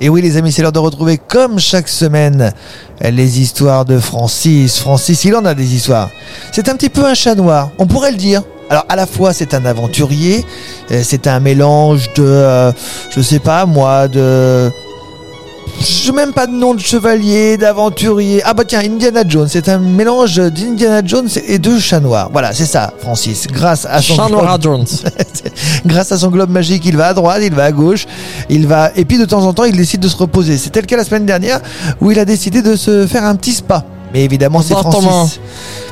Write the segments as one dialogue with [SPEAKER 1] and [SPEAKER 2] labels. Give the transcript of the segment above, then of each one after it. [SPEAKER 1] Et oui les amis, c'est l'heure de retrouver comme chaque semaine les histoires de Francis. Francis, il en a des histoires. C'est un petit peu un chat noir, on pourrait le dire. Alors à la fois c'est un aventurier, euh, c'est un mélange de, euh, je sais pas moi, de... Je même pas de nom de chevalier, d'aventurier. Ah bah tiens, Indiana Jones, c'est un mélange d'Indiana Jones et de chat noir. Voilà, c'est ça, Francis. Grâce à son
[SPEAKER 2] Chat noir à Jones.
[SPEAKER 1] grâce à son globe magique, il va à droite, il va à gauche, il va et puis de temps en temps, il décide de se reposer. C'était le cas la semaine dernière où il a décidé de se faire un petit spa. Mais évidemment, c'est
[SPEAKER 2] Bon, Thomas.
[SPEAKER 1] Francis.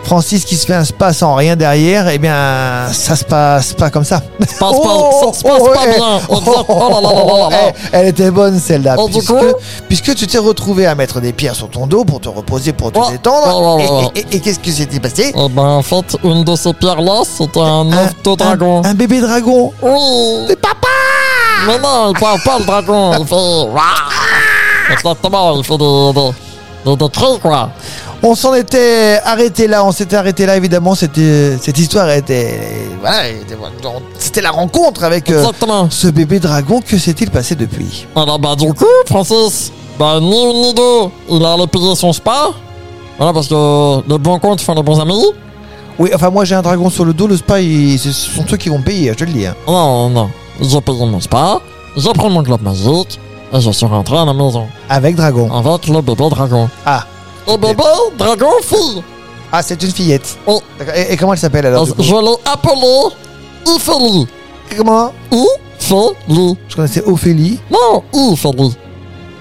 [SPEAKER 1] Francis qui se fait un spa sans rien derrière, eh bien, ça se passe pas comme ça.
[SPEAKER 2] passe pas- ça se passe pas
[SPEAKER 1] eh,
[SPEAKER 2] bien.
[SPEAKER 1] oh,
[SPEAKER 2] Exact. Oh là là là là là.
[SPEAKER 1] eh, Elle était bonne celle-là.
[SPEAKER 2] Oh, du
[SPEAKER 1] puisque,
[SPEAKER 2] coup
[SPEAKER 1] puisque tu t'es retrouvé à mettre des pierres sur ton dos pour te reposer, pour te
[SPEAKER 2] Oh,
[SPEAKER 1] détendre.
[SPEAKER 2] oh là là.
[SPEAKER 1] Et, et- et- et qu'est-ce qui s'était passé
[SPEAKER 2] Et ben en fait, une de ces pierres-là, c'était un œuf de dragon.
[SPEAKER 1] un bébé dragon.
[SPEAKER 2] Oui
[SPEAKER 1] Mais Ah, papa
[SPEAKER 2] Mais non, il parle pas le dragon, il fait... Ouah. Exactement, il fait des... des, des, des cris, quoi.
[SPEAKER 1] On s'en était arrêté là, on s'était arrêté là évidemment, c'était cette histoire était voilà, était- c'était la rencontre avec euh,
[SPEAKER 2] Exactement.
[SPEAKER 1] ce bébé dragon que s'est-il passé depuis
[SPEAKER 2] Alors bah du coup, Francis, bah ni une ni deux, il a allé payer son spa. Voilà, parce que les bons comptes font les bons amis.
[SPEAKER 1] Oui, enfin moi j'ai un dragon sur le dos, le spa, ils- ce sont ceux qui vont payer, je te le dis. hein.
[SPEAKER 2] Non, non, j'ai payé mon spa, j'ai pris mon globe magique, et je suis rentré à la maison
[SPEAKER 1] Avec dragon.
[SPEAKER 2] avec le bébé dragon.
[SPEAKER 1] Ah,
[SPEAKER 2] Et bébé dragon fille
[SPEAKER 1] ah c'est une fillette.
[SPEAKER 2] Oh.
[SPEAKER 1] D'accord. Et, et comment elle s'appelle alors du coup
[SPEAKER 2] Je l'ai appelé Ifeli.
[SPEAKER 1] Comment
[SPEAKER 2] Ifeli.
[SPEAKER 1] Je connaissais Ophélie.
[SPEAKER 2] Non, Ifeli.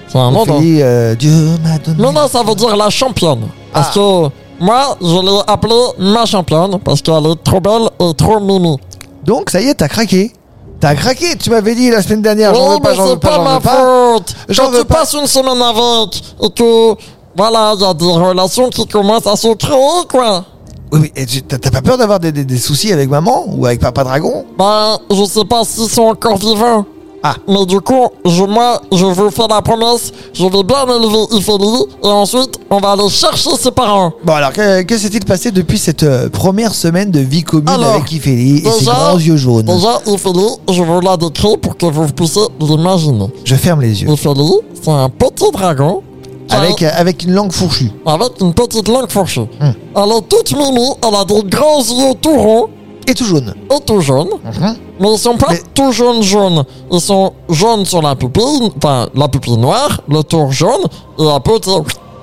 [SPEAKER 2] C'est un nom.
[SPEAKER 1] Ophélie, euh, Dieu m'a donné.
[SPEAKER 2] Non, non, ça veut dire la championne. Parce
[SPEAKER 1] Ah.
[SPEAKER 2] que moi, je l'ai appelée ma championne parce qu'elle est trop belle et trop mimi.
[SPEAKER 1] Donc ça y est, t'as craqué. T'as craqué, tu m'avais dit la semaine dernière, Ah, j'en
[SPEAKER 2] Oh,
[SPEAKER 1] veux pas,
[SPEAKER 2] mais
[SPEAKER 1] j'en veux
[SPEAKER 2] c'est
[SPEAKER 1] pas,
[SPEAKER 2] pas
[SPEAKER 1] j'en
[SPEAKER 2] ma
[SPEAKER 1] veux pas.
[SPEAKER 2] faute.
[SPEAKER 1] J'en
[SPEAKER 2] Quand
[SPEAKER 1] veux
[SPEAKER 2] tu
[SPEAKER 1] pas.
[SPEAKER 2] passes une semaine avec et que, voilà, il y a des relations qui commencent à se créer, quoi.
[SPEAKER 1] Oui, mais et tu- t'as t'as pas peur d'avoir des, des- des soucis avec maman ou avec papa dragon
[SPEAKER 2] Ben, je sais pas s'ils sont encore vivants.
[SPEAKER 1] Ah.
[SPEAKER 2] Mais du coup, je, moi, je vous fais la promesse, je vais bien élever Ifeli et ensuite, on va aller chercher ses parents.
[SPEAKER 1] Bon alors, que, que s'est-il passé depuis cette euh, première semaine de vie commune
[SPEAKER 2] Alors,
[SPEAKER 1] avec Ifeli et ses
[SPEAKER 2] déjà-
[SPEAKER 1] grands yeux jaunes
[SPEAKER 2] Déjà, Ifeli, je vous la décris pour que vous puissiez l'imaginer.
[SPEAKER 1] Je ferme les yeux.
[SPEAKER 2] Ifeli, c'est un petit dragon qui a-
[SPEAKER 1] Avec, Hmm. euh, avec une langue fourchue.
[SPEAKER 2] avec une petite langue fourchue. Elle est toute mimi, elle a des grands yeux tout ronds
[SPEAKER 1] Et tout jaune.
[SPEAKER 2] et tout jaunes.
[SPEAKER 1] Mhm.
[SPEAKER 2] Mais ils sont pas
[SPEAKER 1] Mais-
[SPEAKER 2] tout jaunes jaunes. Ils sont jaunes sur la pupille, enfin la pupille noire, le tour jaune, et un peu tu sais,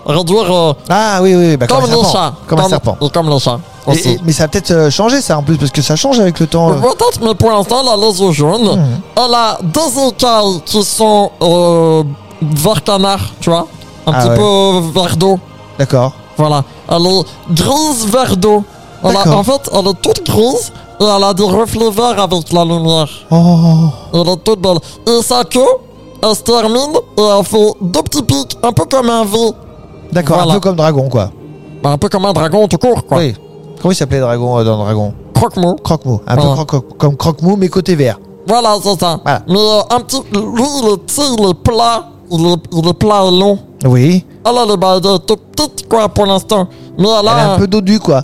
[SPEAKER 2] réduire euh,
[SPEAKER 1] Ah oui, oui, bah, comme,
[SPEAKER 2] comme,
[SPEAKER 1] un
[SPEAKER 2] les
[SPEAKER 1] serpent.
[SPEAKER 2] chats.
[SPEAKER 1] Comme un serpent.
[SPEAKER 2] Et comme les chats
[SPEAKER 1] Et-
[SPEAKER 2] aussi.
[SPEAKER 1] et- mais ça a peut-être euh, changé ça en plus, parce que ça change avec le temps. euh.
[SPEAKER 2] Peut-être, mais pour l'instant, elle a les yeux jaunes.
[SPEAKER 1] Mhm.
[SPEAKER 2] Elle a des écailles qui sont euh, vert canard, tu vois. Un
[SPEAKER 1] Ah
[SPEAKER 2] petit
[SPEAKER 1] ouais.
[SPEAKER 2] peu euh, vert d'eau.
[SPEAKER 1] D'accord.
[SPEAKER 2] Voilà, elle est grise vert d'eau. Elle a-
[SPEAKER 1] D'accord.
[SPEAKER 2] En fait, elle est toute grise et elle a des reflets verts avec la lumière.
[SPEAKER 1] Oh.
[SPEAKER 2] Elle est toute belle. Et sa queue, elle se termine et elle fait deux petits pics, un peu comme un V.
[SPEAKER 1] D'accord,
[SPEAKER 2] Voilà.
[SPEAKER 1] un peu comme dragon quoi.
[SPEAKER 2] Bah, un peu comme un dragon tout court, quoi.
[SPEAKER 1] Oui. Comment il s'appelait dragon euh, dans dragon
[SPEAKER 2] Croque-mou.
[SPEAKER 1] Croque-mou. Un peu
[SPEAKER 2] Voilà.
[SPEAKER 1] croque- comme croque-mou mais côté vert.
[SPEAKER 2] Voilà, c'est ça.
[SPEAKER 1] Voilà.
[SPEAKER 2] Mais euh, un petit. Lui, il est petit, il est plat. Il est, il est plat et long.
[SPEAKER 1] Oui.
[SPEAKER 2] Elle, elle est, bah, elle est toute petite, quoi, pour l'instant. Mais elle a.
[SPEAKER 1] Elle est un peu dodu quoi.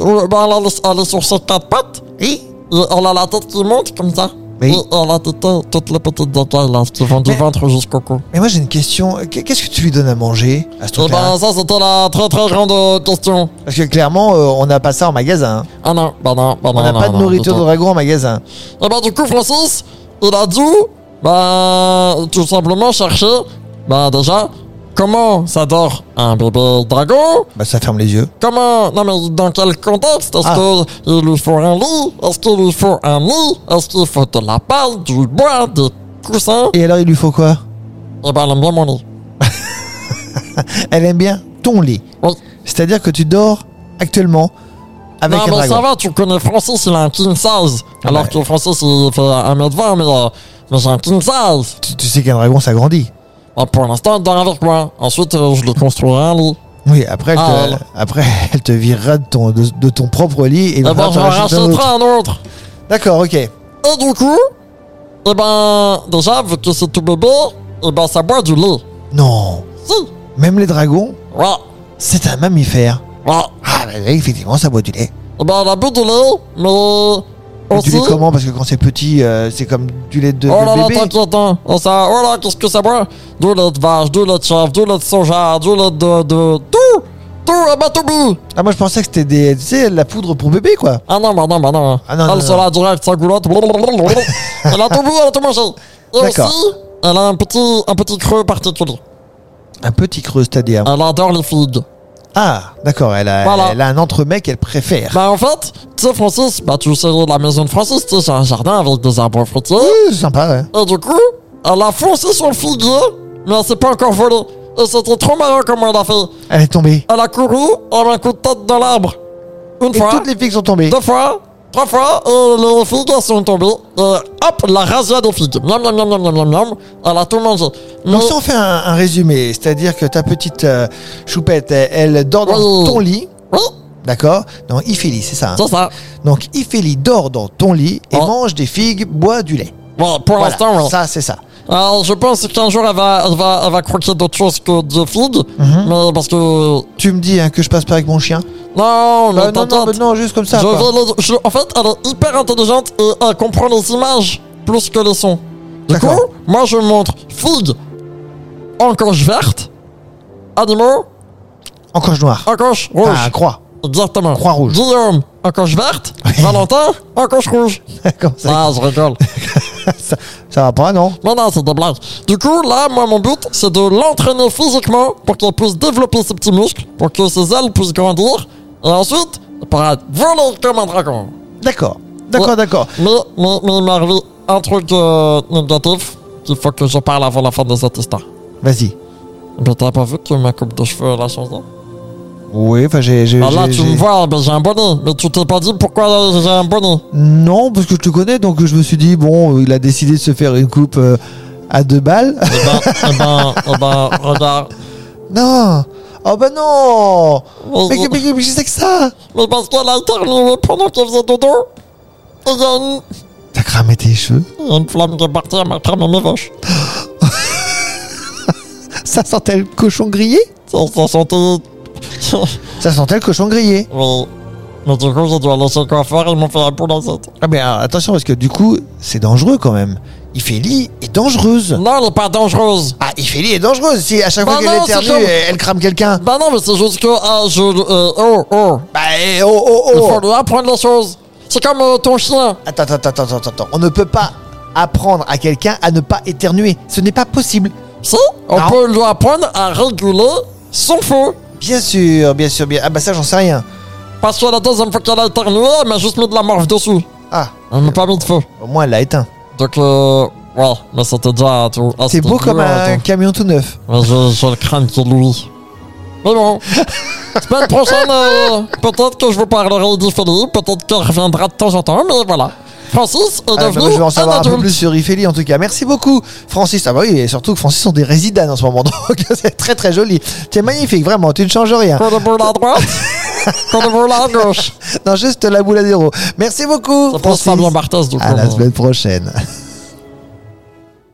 [SPEAKER 2] euh, bah, elle, a- elle est sur ses quatre pattes.
[SPEAKER 1] Oui.
[SPEAKER 2] Et elle a la tête qui monte comme ça.
[SPEAKER 1] Oui.
[SPEAKER 2] Et elle a toutes, toutes les petites détails là, qui vont du
[SPEAKER 1] Mais-
[SPEAKER 2] ventre jusqu'au cou.
[SPEAKER 1] Mais moi j'ai une question. Qu'est- Qu'est-ce que tu lui donnes à manger à ce
[SPEAKER 2] Et
[SPEAKER 1] truc-là
[SPEAKER 2] ben ça, c'était la très très grande euh, question.
[SPEAKER 1] Parce que clairement, euh, on n'a pas ça en magasin. hein.
[SPEAKER 2] Ah non, bah non, bah non.
[SPEAKER 1] On n'a
[SPEAKER 2] non,
[SPEAKER 1] pas de
[SPEAKER 2] non,
[SPEAKER 1] nourriture
[SPEAKER 2] du
[SPEAKER 1] de
[SPEAKER 2] tout.
[SPEAKER 1] dragon en magasin.
[SPEAKER 2] Et ben du coup, Francis, il a dû, bah, tout simplement chercher, bah déjà, comment ça dort un bébé dragon
[SPEAKER 1] Bah, ça ferme les yeux.
[SPEAKER 2] Comment Non mais dans quel contexte Est-ce
[SPEAKER 1] Ah.
[SPEAKER 2] qu'il lui faut un lit Est-ce qu'il lui faut un lit Est-ce qu'il faut de la paille, du bois, des coussins
[SPEAKER 1] Et alors, il lui faut quoi
[SPEAKER 2] Et ben, elle aime bien mon lit.
[SPEAKER 1] Elle aime bien ton lit.
[SPEAKER 2] Oui.
[SPEAKER 1] C'est-à-dire que tu dors actuellement avec
[SPEAKER 2] non,
[SPEAKER 1] un
[SPEAKER 2] mais ça
[SPEAKER 1] dragon.
[SPEAKER 2] va, tu connais Francis, il a un king size.
[SPEAKER 1] Ah
[SPEAKER 2] alors
[SPEAKER 1] bah.
[SPEAKER 2] que Francis, il fait 1m20, mais, euh, mais c'est un king size.
[SPEAKER 1] Tu, tu sais qu'un dragon, ça grandit.
[SPEAKER 2] Bah, pour l'instant, il dort avec moi. Ensuite, euh, je lui construirai un lit.
[SPEAKER 1] Oui, après, elle,
[SPEAKER 2] Ah,
[SPEAKER 1] te,
[SPEAKER 2] alors.
[SPEAKER 1] après, elle te virera de ton, de, de ton propre lit et
[SPEAKER 2] Et
[SPEAKER 1] va
[SPEAKER 2] ben, je
[SPEAKER 1] t'en rajouter un autre.
[SPEAKER 2] rachèterai un autre.
[SPEAKER 1] D'accord, ok.
[SPEAKER 2] Et du coup, et ben, déjà, vu que c'est tout bébé, et ben, ça boit du lait.
[SPEAKER 1] Non.
[SPEAKER 2] Si.
[SPEAKER 1] Même les dragons,
[SPEAKER 2] Ouais.
[SPEAKER 1] c'est un mammifère.
[SPEAKER 2] Ouais. Eh
[SPEAKER 1] Ah, bah, oui, effectivement, ça boit du lait.
[SPEAKER 2] Et ben, elle a bu du lait, mais
[SPEAKER 1] Du
[SPEAKER 2] aussi.
[SPEAKER 1] lait comment Parce que quand c'est petit, euh, c'est comme du lait de,
[SPEAKER 2] Oh
[SPEAKER 1] de
[SPEAKER 2] là là,
[SPEAKER 1] bébé.
[SPEAKER 2] t'inquiète, hein. Oh, ça, oh là, qu'est-ce que ça boit Du lait de vache, du lait de chèvre, du lait de soja, du lait de. de tout Tout, à Batoubi
[SPEAKER 1] ah, moi je pensais que c'était des, tu sais, la poudre pour bébé quoi.
[SPEAKER 2] Ah non, bah non, bah non.
[SPEAKER 1] Ah non, non,
[SPEAKER 2] elle
[SPEAKER 1] non,
[SPEAKER 2] se la direct, sa goulotte. blablabla. elle a tout bu, elle a tout mangé. Et
[SPEAKER 1] D'accord.
[SPEAKER 2] aussi, elle a un petit, un petit creux particulier.
[SPEAKER 1] Un petit creux, c'est-à-dire.
[SPEAKER 2] Elle adore les figues.
[SPEAKER 1] Ah, d'accord, elle, a-
[SPEAKER 2] Voilà.
[SPEAKER 1] elle a un entremets qu'elle préfère.
[SPEAKER 2] Bah en fait, tu sais, Francis, bah tu sais, la maison de Francis, tu sais, c'est un jardin avec des arbres fruitiers.
[SPEAKER 1] Ouh, c'est Euh, sympa, ouais.
[SPEAKER 2] Et du coup, elle a foncé sur le figuier, mais elle s'est pas encore volée. Et c'était trop marrant comment elle a fait.
[SPEAKER 1] Elle est tombée.
[SPEAKER 2] Elle a couru elle un coup de tête dans l'arbre. Une
[SPEAKER 1] Et
[SPEAKER 2] fois,
[SPEAKER 1] toutes les figues sont tombées.
[SPEAKER 2] deux fois, trois fois, et les figues elles sont tombées. Et hop, la razzia des figues. Miam, miam, miam, miam, miam, miam, miam. Elle a tout mangé. Mais
[SPEAKER 1] Donc si on fait un, un résumé, c'est-à-dire que ta petite euh, choupette, elle, elle dort dans
[SPEAKER 2] Oui.
[SPEAKER 1] ton lit,
[SPEAKER 2] oui,
[SPEAKER 1] d'accord Non, Iphélie, c'est ça. hein.
[SPEAKER 2] c'est ça.
[SPEAKER 1] Donc Iphélie dort dans ton lit et
[SPEAKER 2] Oh.
[SPEAKER 1] mange des figues, boit du lait.
[SPEAKER 2] Bon, pour
[SPEAKER 1] Voilà,
[SPEAKER 2] l'instant, ouais.
[SPEAKER 1] ça c'est ça.
[SPEAKER 2] Alors, je pense qu'un jour, elle va, elle va, elle va croquer d'autres choses que des figues.
[SPEAKER 1] Mhm.
[SPEAKER 2] Mais parce que.
[SPEAKER 1] Tu me dis hein, que je passe pas avec mon chien
[SPEAKER 2] Non, mais
[SPEAKER 1] Euh, Non, non,
[SPEAKER 2] t'inquiète.
[SPEAKER 1] mais non, juste comme ça.
[SPEAKER 2] Je
[SPEAKER 1] quoi.
[SPEAKER 2] vais les- je- en fait, elle est hyper intelligente et elle comprend les images plus que les sons. Du coup,
[SPEAKER 1] D'accord.
[SPEAKER 2] moi je montre figue en coche verte, animaux
[SPEAKER 1] En coche noire.
[SPEAKER 2] en coche rouge.
[SPEAKER 1] Enfin, croix.
[SPEAKER 2] Exactement.
[SPEAKER 1] croix rouge.
[SPEAKER 2] Guillaume en coche verte, Valentin en coche rouge.
[SPEAKER 1] Comme ça,
[SPEAKER 2] Ah, je rigole.
[SPEAKER 1] ça, ça va pas, non
[SPEAKER 2] Non, non, c'est des blagues. Du coup, là, moi, mon but, c'est de l'entraîner physiquement pour qu'il puisse développer ses petits muscles, pour que ses ailes puissent grandir, et ensuite, il pourra voler comme un dragon.
[SPEAKER 1] D'accord. D'accord,
[SPEAKER 2] Ouais.
[SPEAKER 1] d'accord.
[SPEAKER 2] Mais, mais, mais il m'est arrivé un truc euh, négatif qu'il faut que je parle avant la fin de cette histoire.
[SPEAKER 1] Vas-y.
[SPEAKER 2] Mais t'as pas vu que ma coupe de cheveux, elle a changé
[SPEAKER 1] Oui, enfin j'ai... j'ai-
[SPEAKER 2] Ah là,
[SPEAKER 1] j'ai-
[SPEAKER 2] tu me
[SPEAKER 1] j'ai-
[SPEAKER 2] vois, ben, j'ai un bonnet. Mais tu t'es pas dit pourquoi j'ai un bonnet
[SPEAKER 1] Non, parce que je te connais, donc je me suis dit, bon, il a décidé de se faire une coupe euh, à deux balles.
[SPEAKER 2] Eh ben, eh ben, eh ben, regarde.
[SPEAKER 1] non Oh bah non
[SPEAKER 2] Mais,
[SPEAKER 1] Mais, mais, mais, mais c'est que ça
[SPEAKER 2] mais parce qu'elle a éternué pendant qu'elle faisait dodo. Et il y, a une-
[SPEAKER 1] T'as cramé tes cheveux
[SPEAKER 2] il y a une flamme qui est partie à ma crème à mes vaches.
[SPEAKER 1] Ça sentait le cochon grillé
[SPEAKER 2] Ça, ça sentait.
[SPEAKER 1] Ça sentait le cochon grillé
[SPEAKER 2] oui. Mais du coup, j'ai dû aller chez le coiffeur, ils m'ont fait la poule à cette.
[SPEAKER 1] Ah mais alors, attention, parce que du coup, c'est dangereux quand même. Iphélie est dangereuse
[SPEAKER 2] Non, elle est pas dangereuse.
[SPEAKER 1] Ah, Iphélie est dangereuse Si à chaque
[SPEAKER 2] Bah
[SPEAKER 1] fois
[SPEAKER 2] non,
[SPEAKER 1] qu'elle éternue,
[SPEAKER 2] c'est comme-
[SPEAKER 1] elle, elle crame quelqu'un
[SPEAKER 2] Bah non, mais c'est juste que. ah, je, euh, oh, oh.
[SPEAKER 1] Bah eh, oh, oh,
[SPEAKER 2] Il
[SPEAKER 1] oh
[SPEAKER 2] faut lui apprendre les choses. C'est comme euh, ton chien.
[SPEAKER 1] Attends, attends, attends, attends, attends. On ne peut pas apprendre à quelqu'un à ne pas éternuer. Ce n'est pas possible.
[SPEAKER 2] Si, on
[SPEAKER 1] Non.
[SPEAKER 2] peut lui apprendre à réguler son feu.
[SPEAKER 1] Bien sûr, bien sûr, bien. Ah bah ça, j'en sais rien.
[SPEAKER 2] Parce que la deuxième fois qu'elle a éternué, elle m'a juste mis de la morve dessus.
[SPEAKER 1] Ah,
[SPEAKER 2] Elle m'a pas mis de feu.
[SPEAKER 1] au moins elle l'a éteint.
[SPEAKER 2] Donc, euh, ouais, mais c'était déjà euh, tout.
[SPEAKER 1] C'est beau comme un
[SPEAKER 2] un...
[SPEAKER 1] camion tout neuf. Ah,
[SPEAKER 2] Mais je, je le crains qu'il lui. Mais bon. Semaine prochaine, euh, peut-être que je vous parlerai d'Iphélie, peut-être qu'elle reviendra de temps en temps, mais voilà. Francis est
[SPEAKER 1] Ah,
[SPEAKER 2] devenu
[SPEAKER 1] je vais en
[SPEAKER 2] un
[SPEAKER 1] savoir un peu
[SPEAKER 2] adulte.
[SPEAKER 1] plus sur Ifeli en tout cas. Merci beaucoup, Francis. Ah bah oui, et surtout que Francis sont des résidents en ce moment, donc c'est très très joli. T'es magnifique, vraiment. Tu ne changes rien.
[SPEAKER 2] Coup de boule à droite, coup de boule à gauche.
[SPEAKER 1] Non, juste la boule à zéro. Merci beaucoup,
[SPEAKER 2] Ça pense
[SPEAKER 1] Francis. Ah,
[SPEAKER 2] Fabien hein. Barthez, du coup.
[SPEAKER 1] À la semaine prochaine.